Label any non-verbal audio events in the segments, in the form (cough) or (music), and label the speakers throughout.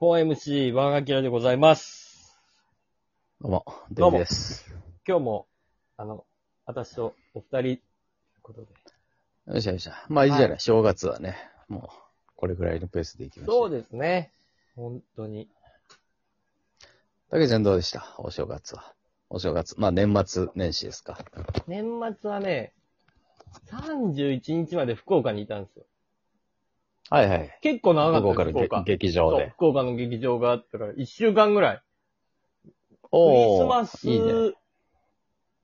Speaker 1: 4MC バーガキラでございます。
Speaker 2: どうも、デ
Speaker 1: どう
Speaker 2: ビ
Speaker 1: も
Speaker 2: です。
Speaker 1: 今日も、あの、私とお二人、ということで。
Speaker 2: よいしょよいしょ。まあいいじゃない、
Speaker 1: は
Speaker 2: 正月はね、もう、これぐらいのペースでいきましょ
Speaker 1: そう
Speaker 2: う。
Speaker 1: ですね。本当に。
Speaker 2: たけちゃんどうでしたお正月は。お正月。まあ年末年始ですか。
Speaker 1: 年末はね、31日まで福岡にいたんですよ。
Speaker 2: はいはい。
Speaker 1: 結構長か
Speaker 2: 午後
Speaker 1: った
Speaker 2: か
Speaker 1: です福
Speaker 2: らげ
Speaker 1: 岡。
Speaker 2: 劇場
Speaker 1: そう
Speaker 2: で。
Speaker 1: 福岡の劇場があったから、1週間ぐらい。クリス
Speaker 2: お
Speaker 1: マス、
Speaker 2: いいね。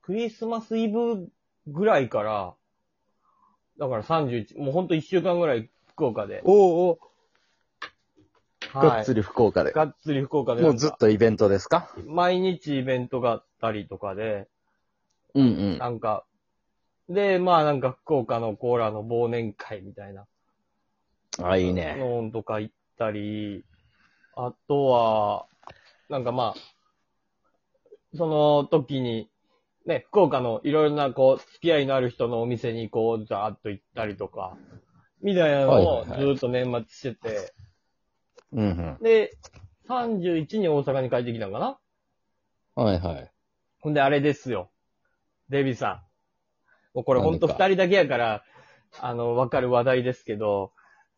Speaker 1: クリスマスイブぐらいから、だから31、もうほんと1週間ぐらい福岡で。
Speaker 2: おおお、が
Speaker 1: は
Speaker 2: っ
Speaker 1: い
Speaker 2: つり福岡で。
Speaker 1: がっつり福岡で。
Speaker 2: もうずっとイベントですか
Speaker 1: 毎日イベントがあったりとかで、
Speaker 2: うんうん。
Speaker 1: なんか、で、まあなんか福岡のコーラの忘年会みたいな
Speaker 2: あ、いいね。
Speaker 1: のとか行ったり、あとは、なんかまあ、その時に、ね、福岡のいろいろなこう、付き合いのある人のお店にこう、ざーっと行ったりとか、みたいなのを
Speaker 2: はい
Speaker 1: ず
Speaker 2: はいはい
Speaker 1: ーっと年末してて、
Speaker 2: うん
Speaker 1: で、31に大阪に帰ってきたんかな
Speaker 2: うん。はいはい。
Speaker 1: ほんで、あれですよ。デビさん。もうこれほんと二
Speaker 2: 何か
Speaker 1: 人だけやから、あの、わかる話題ですけど、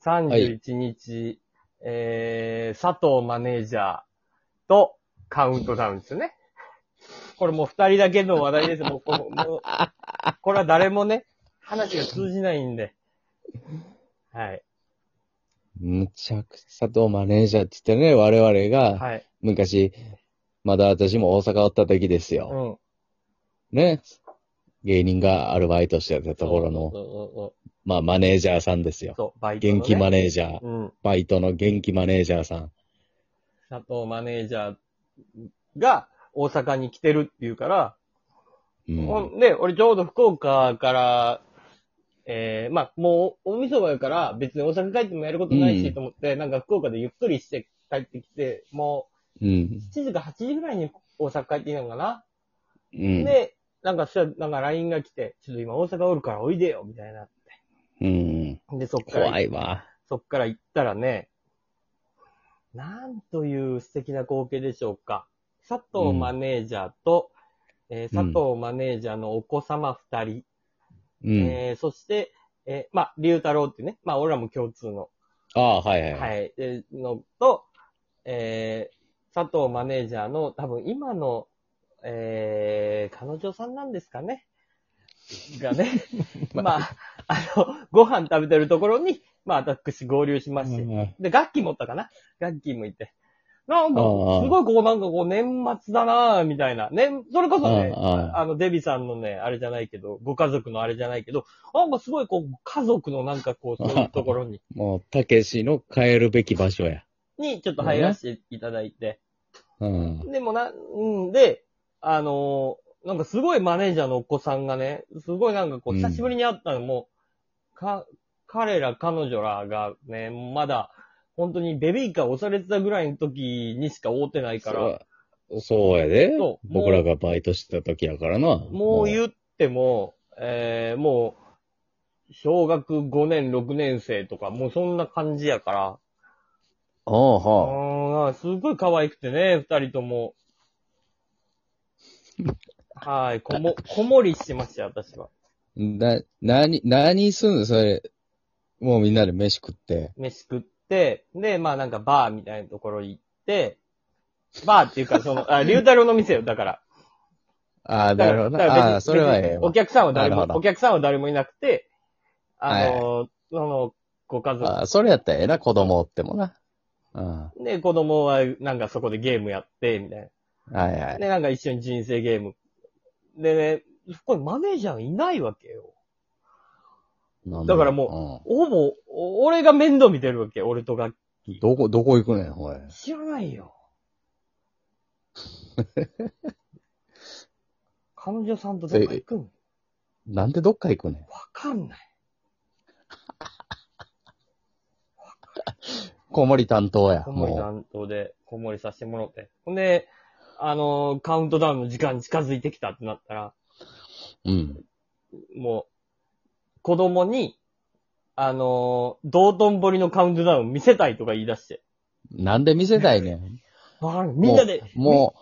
Speaker 1: 31日、えー、佐藤マネージャーとカウントダウンですよね。これもう二人だけの話題です。もう、こもうこれは誰もね、話が通じないんで。はい。
Speaker 2: むちゃくちゃとマネージャーって言ってね、我々が
Speaker 1: はい。
Speaker 2: 昔、まだ私も大阪おった時です
Speaker 1: う
Speaker 2: よ。
Speaker 1: ん。
Speaker 2: ね。芸人がアルバイトしてたところ
Speaker 1: そ
Speaker 2: の、
Speaker 1: うそうそう
Speaker 2: まあ、マネージャーさんです
Speaker 1: そう
Speaker 2: よ。
Speaker 1: そう、バイトの、ね。
Speaker 2: 元気マネージャー。
Speaker 1: うん。
Speaker 2: バイトの元気マネージャーさん。
Speaker 1: 佐藤マネージャーが大阪に来てるっていうから、
Speaker 2: うん。
Speaker 1: ほ
Speaker 2: はい
Speaker 1: んで、俺ちょうど福岡から、えー、まあ、もう、大晦日やから、別に大阪帰ってもやることないし、
Speaker 2: うん
Speaker 1: と思って、なんか福岡でゆっくりして帰ってきて、も
Speaker 2: うん。
Speaker 1: う、7時か8時ぐらいに大阪帰ってきたのかな、
Speaker 2: うん。
Speaker 1: で、なんか、そしたらなんか LINE が来て、ちょっと今大阪おるからおいでよ、みたいな。
Speaker 2: うん。
Speaker 1: で、そっから
Speaker 2: 怖いわ。
Speaker 1: そっから行ったらね、なんという素敵な光景でしょうか。佐藤マネージャーと、えー
Speaker 2: う
Speaker 1: 佐
Speaker 2: ん
Speaker 1: 藤マネージャーのお子様二人、
Speaker 2: うん。
Speaker 1: えーそして、えーまあ、龍太郎っていうね、まあ、俺らも共通の、
Speaker 2: ああ、はいはい。、
Speaker 1: はいい、えーのと、えー佐藤マネージャーの多分今の、えー彼女さんなんですかね。が
Speaker 2: (laughs)
Speaker 1: ね、まあ、あの、ご飯食べてるところに、まあ、私合流しまして、で、楽器持ったかな楽器もいて。なんか、す
Speaker 2: ああ
Speaker 1: ごいこう、なんかこう、年末だなぁみたいな。ね、それこそね、
Speaker 2: あああ
Speaker 1: あの、デビさんのね、あれじゃないけど、ご家族のあれじゃないけど、なんかすごいこう、家族のなんかこう、そういうところ
Speaker 2: (laughs)
Speaker 1: に、
Speaker 2: もう、たけしの帰るべき場所や。
Speaker 1: にちょっと入らせていただいて。
Speaker 2: うん。
Speaker 1: でもな、うんで、あのーなんかすごいマネージャーのお子さんがね、すごいなんかこう、
Speaker 2: うん
Speaker 1: 久しぶりに会ったのも、か、彼ら彼女らがね、まだ、本当にベビーカー押されてたぐらいの時にしか会うてないから、
Speaker 2: そうそうやで
Speaker 1: そ。う
Speaker 2: 僕らがバイトしてた時やからな。
Speaker 1: もう
Speaker 2: う。
Speaker 1: 言っても、えー、もう、小学5年、6年生とか、もうそんな感じやから、
Speaker 2: ああ、
Speaker 1: う
Speaker 2: は
Speaker 1: ー
Speaker 2: あ。
Speaker 1: ん、すごい可愛くてね、二人と
Speaker 2: (laughs)
Speaker 1: も。はい、こも、こもりしてましたよ、私は。
Speaker 2: な、なに、何すんのそれ。もうみんなで飯食って。
Speaker 1: 飯食って、で、まあなんかバーみたいなところ行って、バーっていうか、そ
Speaker 2: (laughs)
Speaker 1: の、あ、龍太郎の店よ、だから。
Speaker 2: ああ、
Speaker 1: だか
Speaker 2: なる
Speaker 1: ら
Speaker 2: ほど
Speaker 1: だ
Speaker 2: な。
Speaker 1: から別に
Speaker 2: ああ、それは
Speaker 1: 別
Speaker 2: え
Speaker 1: に
Speaker 2: えわ。
Speaker 1: お客さんは誰
Speaker 2: な
Speaker 1: も
Speaker 2: るほ、ど
Speaker 1: お客さんは誰もいなくて、あ
Speaker 2: はい
Speaker 1: の、その、ご家
Speaker 2: あ
Speaker 1: 族。
Speaker 2: あ、それやったらええな、子供おってもな。うん。
Speaker 1: で、子供はなんかそこでゲームやって、みたい
Speaker 2: はいは
Speaker 1: な。
Speaker 2: い。
Speaker 1: で、なんか一緒に人生ゲーム。でね、そこにマネージャーいないわけよ。
Speaker 2: なん
Speaker 1: だから
Speaker 2: も
Speaker 1: ほぼ、お俺が面倒見てるわけ、俺とが。
Speaker 2: うん、どこ、どこ行くねん、おい。
Speaker 1: 知らない (laughs) よ。彼女さんとどこ行くん
Speaker 2: なんでどっか行くねん。
Speaker 1: わかんない。
Speaker 2: 子守担当や。
Speaker 1: 小森
Speaker 2: も
Speaker 1: 担当で、小森させてもらって。ほんで、あのーカウントダウンの時間に近づいてきたってなったら、
Speaker 2: う。うん。
Speaker 1: もう、子供に、あのー道頓堀のカウントダウン見せたいとか言い出して。
Speaker 2: なんで見せたいねん。
Speaker 1: あーみんなで、
Speaker 2: も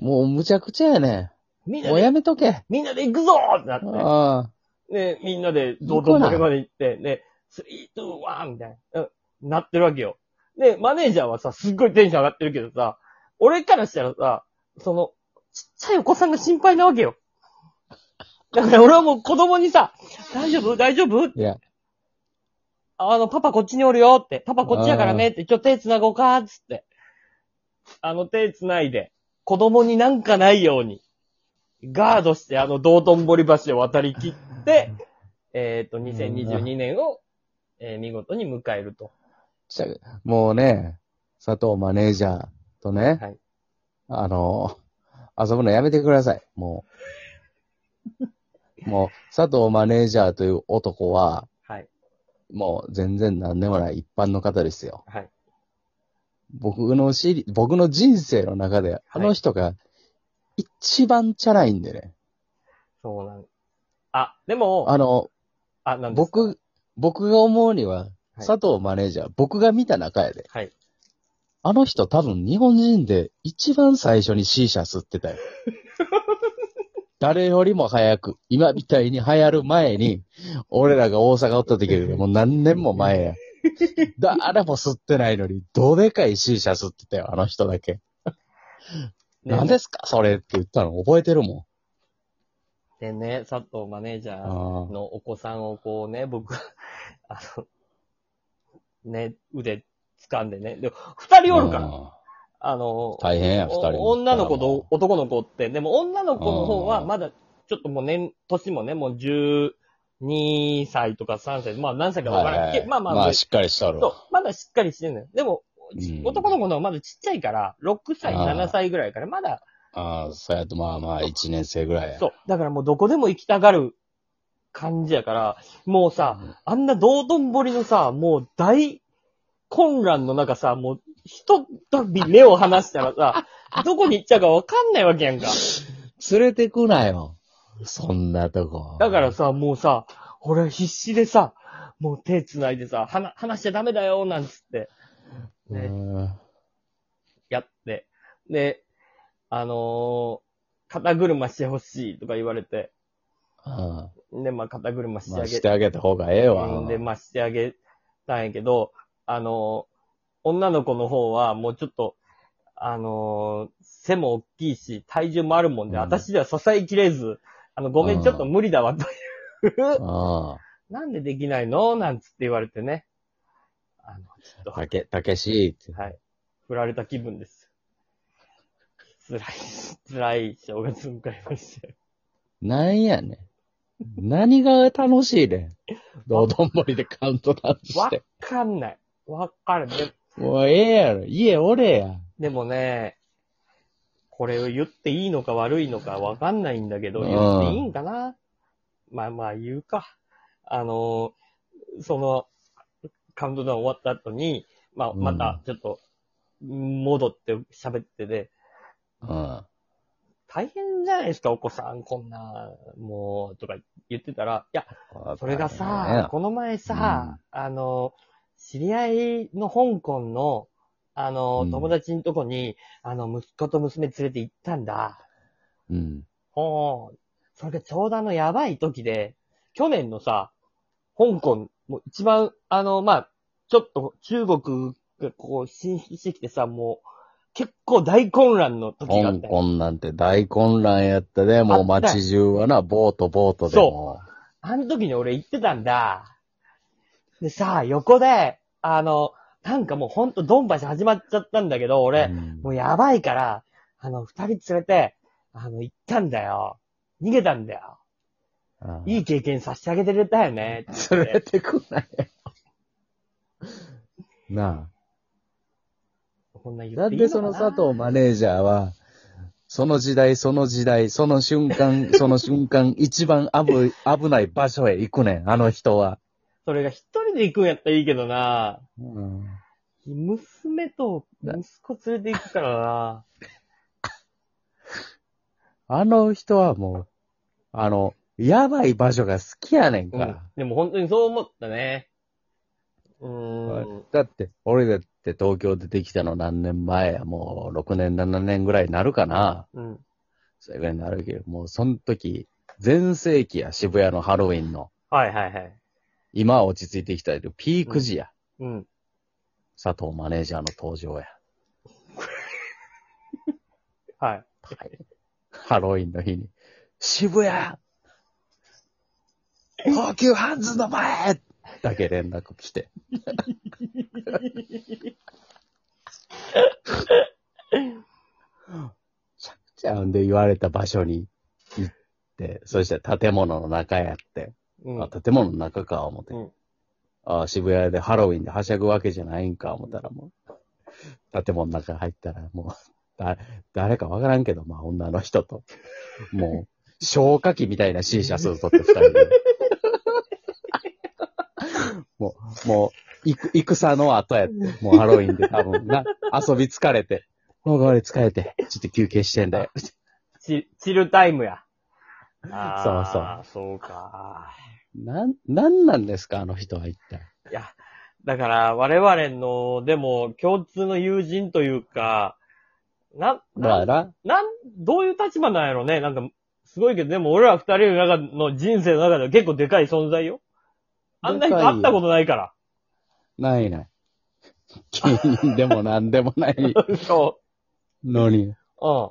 Speaker 2: う、もうむちゃくちゃやね
Speaker 1: みん
Speaker 2: ん。
Speaker 1: な
Speaker 2: もう
Speaker 1: で、
Speaker 2: やめとけ。
Speaker 1: みんなで行くぞーってなって。
Speaker 2: あ
Speaker 1: で、みんなで、道頓堀まで行って、で、スリー、ツー、ワンみたいな、うんなってるわけよ。で、マネージャーはさ、すっごいテンション上がってるけどさ、俺からしたらさ、その、ちっちゃいお子さんが心配なわけよ。だから俺はもう子供にさ、大丈夫大丈夫
Speaker 2: あ。いや、
Speaker 1: あの、パパこっちにおるよって、パパこっちやからねって、今日手繋ごうかっつって。あの、手繋いで、子供になんかないように、ガードして、あの、道頓堀橋を渡り切って、えっ、と、2022年を、えー見事に迎えると。
Speaker 2: ちゃもうね、佐藤マネージャーとね、
Speaker 1: はい
Speaker 2: あの、遊ぶのやめてください。も
Speaker 1: (laughs)
Speaker 2: う。もう、佐藤マネージャーという男は、
Speaker 1: はい。
Speaker 2: もう全然何でもない一般の方ですよ。
Speaker 1: はい。
Speaker 2: 僕の知り、僕の人生の中で、あの人が一番チャラいんでね。
Speaker 1: そうなんあ、でも、
Speaker 2: あの、
Speaker 1: あ、なんですか、
Speaker 2: 僕、僕が思うには、
Speaker 1: い
Speaker 2: 佐藤マネージャー、僕が見た中やで。
Speaker 1: はい。
Speaker 2: あの人多分日本人で一番最初に C 社吸ってた
Speaker 1: (laughs)
Speaker 2: よ。誰よりも早く、今みたいに流行る前に、俺らが大阪おった時よ
Speaker 1: (laughs)
Speaker 2: りもう何年も前や。誰も吸ってないのに、どでかい C 社吸ってたよ、あの人だけ。
Speaker 1: ね
Speaker 2: 何ですかそれって言ったの覚えてるもん。
Speaker 1: でね、佐藤マネージャー
Speaker 2: あ
Speaker 1: のお子さんをこうね、僕、 (laughs) あの、ね、腕掴んでね。でも、二人おるから。
Speaker 2: ら。
Speaker 1: あの、
Speaker 2: 大変や、二人。
Speaker 1: お女の子と男の子って、でも女の子の方は
Speaker 2: うん
Speaker 1: まだ、ちょっともう年、年もね、もう12歳とか3歳、まあ何歳かわからん、
Speaker 2: はいはい、
Speaker 1: けまあまあ、
Speaker 2: まあ、しっかりしとる
Speaker 1: そう
Speaker 2: わ。
Speaker 1: まだしっかりしてんのよ。でも、
Speaker 2: うん
Speaker 1: 男の子の方はまだちっちゃいから、6歳、
Speaker 2: あー
Speaker 1: 7歳ぐらいから、まだ、
Speaker 2: ああ、そうやと、まあまあ、一年生ぐらいや。
Speaker 1: そう。だからもうどこでも行きたがる感じやから、もうさ、あんな道頓堀のさ、もう大混乱の中さ、もう一び目を離したらさ、どこに行っちゃうかわかんないわけやんか。
Speaker 2: 連れてくなよ。そんなとこ。
Speaker 1: だからさ、もうさ、俺は必死でさ、もう手繋いでさ、話、話しちゃダメだよ、なんつって、
Speaker 2: う
Speaker 1: ね
Speaker 2: ん、
Speaker 1: やって。で、あのー肩車してほしいとか言われて、
Speaker 2: ああ
Speaker 1: で、まあ、肩車して
Speaker 2: ま
Speaker 1: あ
Speaker 2: あ、
Speaker 1: げ
Speaker 2: してあげた方がええ
Speaker 1: う
Speaker 2: わ。
Speaker 1: んで、まあ、してあげたんやけど、あの、女の子の方はもうちょっと、あの、背も大きいし、体重もあるもんで、
Speaker 2: うん
Speaker 1: 私では支えきれず、あの、ごめ、
Speaker 2: うんん
Speaker 1: ちょっと無理だわ、という。
Speaker 2: あ
Speaker 1: なんでできないのなんつって言われてね。あの、ちょっと、
Speaker 2: あ、たけ、たけしって。
Speaker 1: はい。振られた気分です。辛い、辛い正月迎えましたよ。
Speaker 2: なんやねん。何が楽しい
Speaker 1: (laughs)
Speaker 2: ねん。道頓堀でカウントダウンし
Speaker 1: わ
Speaker 2: て。
Speaker 1: かんない。わかる。で
Speaker 2: もうええやろ。家おれや。
Speaker 1: でもね、これを言っていいのか悪いのかわかんないんだけど、
Speaker 2: うん
Speaker 1: 言っていいんかなまあまあ言うか。あのー、その、カウントダウン終わった後に、まあ
Speaker 2: うん
Speaker 1: またちょっと、戻って喋ってて、
Speaker 2: うん。
Speaker 1: 大変じゃないですか、お子さん、こんな、もう、とか言ってたら、いや、それがさ、この前さ、あの、知り合いの香港の、あの、
Speaker 2: うん
Speaker 1: 友達のとこに、あの、息子と娘連れて行ったんだ。
Speaker 2: うん。
Speaker 1: ほう。それがちょうどあの、やばい時で、去年のさ、香港、もう一番、あの、まあ、ちょっと中国がこう、進出してきてさ、もう、結構大混乱の時があ
Speaker 2: 香
Speaker 1: ったよ。
Speaker 2: 港なんて大混乱やったで、もう
Speaker 1: あった
Speaker 2: 街中はな、ボートボートでも。
Speaker 1: あの時に俺行ってたんだ。でさ、横で、あの、なんかもうほんとドンパシ始まっちゃったんだけど、俺、
Speaker 2: うん
Speaker 1: もうやばいから、あの、二人連れて、あの、行ったんだよ。逃げたんだよ。
Speaker 2: ああ
Speaker 1: いい経験させてあげてくれたよね。
Speaker 2: 連れてこないよ。な
Speaker 1: こんな言っ
Speaker 2: あ。な
Speaker 1: て
Speaker 2: ん
Speaker 1: いいの
Speaker 2: で
Speaker 1: か
Speaker 2: そ
Speaker 1: な
Speaker 2: の佐藤マネージャーは、その時代、その時代、その瞬間、 (laughs) その瞬間、一番危危ない場所へ行くねん、あの人は。
Speaker 1: それが一人で行くんやったらいいけどな。
Speaker 2: うん、
Speaker 1: 娘と息子連れて行くからな。
Speaker 2: あの人はもう、あの、やばい場所が好きやねん
Speaker 1: う
Speaker 2: か
Speaker 1: ん
Speaker 2: ら。。
Speaker 1: でも本当にそう思ったね。うーん。
Speaker 2: だって、俺だって東京出てきたの何年前や、もう6年、7年ぐらいになるかな。
Speaker 1: うん。
Speaker 2: それぐらいになるけど、もうその時、全盛期や、渋谷のハロウィンの。
Speaker 1: はいはいはい。
Speaker 2: 今は落ち着いてきたけど、ピーク時や。
Speaker 1: うん。
Speaker 2: 佐藤マネージャーの登場や。
Speaker 1: はい。
Speaker 2: (laughs) ハロウィンの日に。渋谷高級ハンズの前だけ連絡来て。ちゃくちゃんで言われた場所に行って、そして建物の中やって。
Speaker 1: うん。
Speaker 2: あ、建物の中か、思って。
Speaker 1: うん
Speaker 2: あ渋谷でハロウィンではしゃぐわけじゃないんか、思ったらもう。建物の中入ったら、もう、 (laughs) だ、誰かわからんけど、まあ女の
Speaker 1: (laughs)
Speaker 2: 人と。もう、消火器みたいな C 社数取って二
Speaker 1: (laughs)
Speaker 2: 人で。もう、もう、いく、戦の後や
Speaker 1: (laughs)
Speaker 2: って。もうハロウィンで多分な、遊び疲れて。もうこれ疲れて。ちょっと休憩してん
Speaker 1: (laughs)
Speaker 2: だよ。
Speaker 1: チチルタイムや。
Speaker 2: あ
Speaker 1: あそうそう。そうか。
Speaker 2: なん、なんなんですか、あの人は一体。
Speaker 1: いや、だから我々の、でも共通の友人というか、な、
Speaker 2: だか
Speaker 1: な、
Speaker 2: ら、
Speaker 1: なん、どういう立場なんやろね。なんか、すごいけど、でも俺ら二人の中の人生の中では結構でかい存在よ。あんな人
Speaker 2: でかいよ
Speaker 1: 会ったことないから。 (laughs)
Speaker 2: ないない。芸人でも何でもない
Speaker 1: そ
Speaker 2: のに、
Speaker 1: う。うん。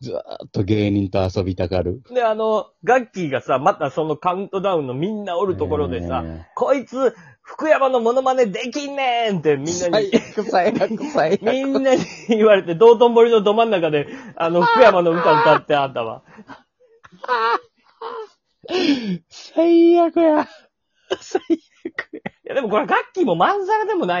Speaker 2: ずーっと芸人と遊びたがる。
Speaker 1: で、あの、ガッキーがさ、またそのカウントダウンのみんなおるところでさ、
Speaker 2: え
Speaker 1: こいつ、福山のモノマネできんねんって
Speaker 2: ー、
Speaker 1: みんなに、
Speaker 2: 最悪、最悪、
Speaker 1: みんなに言われて、道頓堀のど真ん中で、あの、福山の歌歌ってあんたは。
Speaker 2: 最悪や。
Speaker 1: いや、でもこれガッキーもまんざらでもない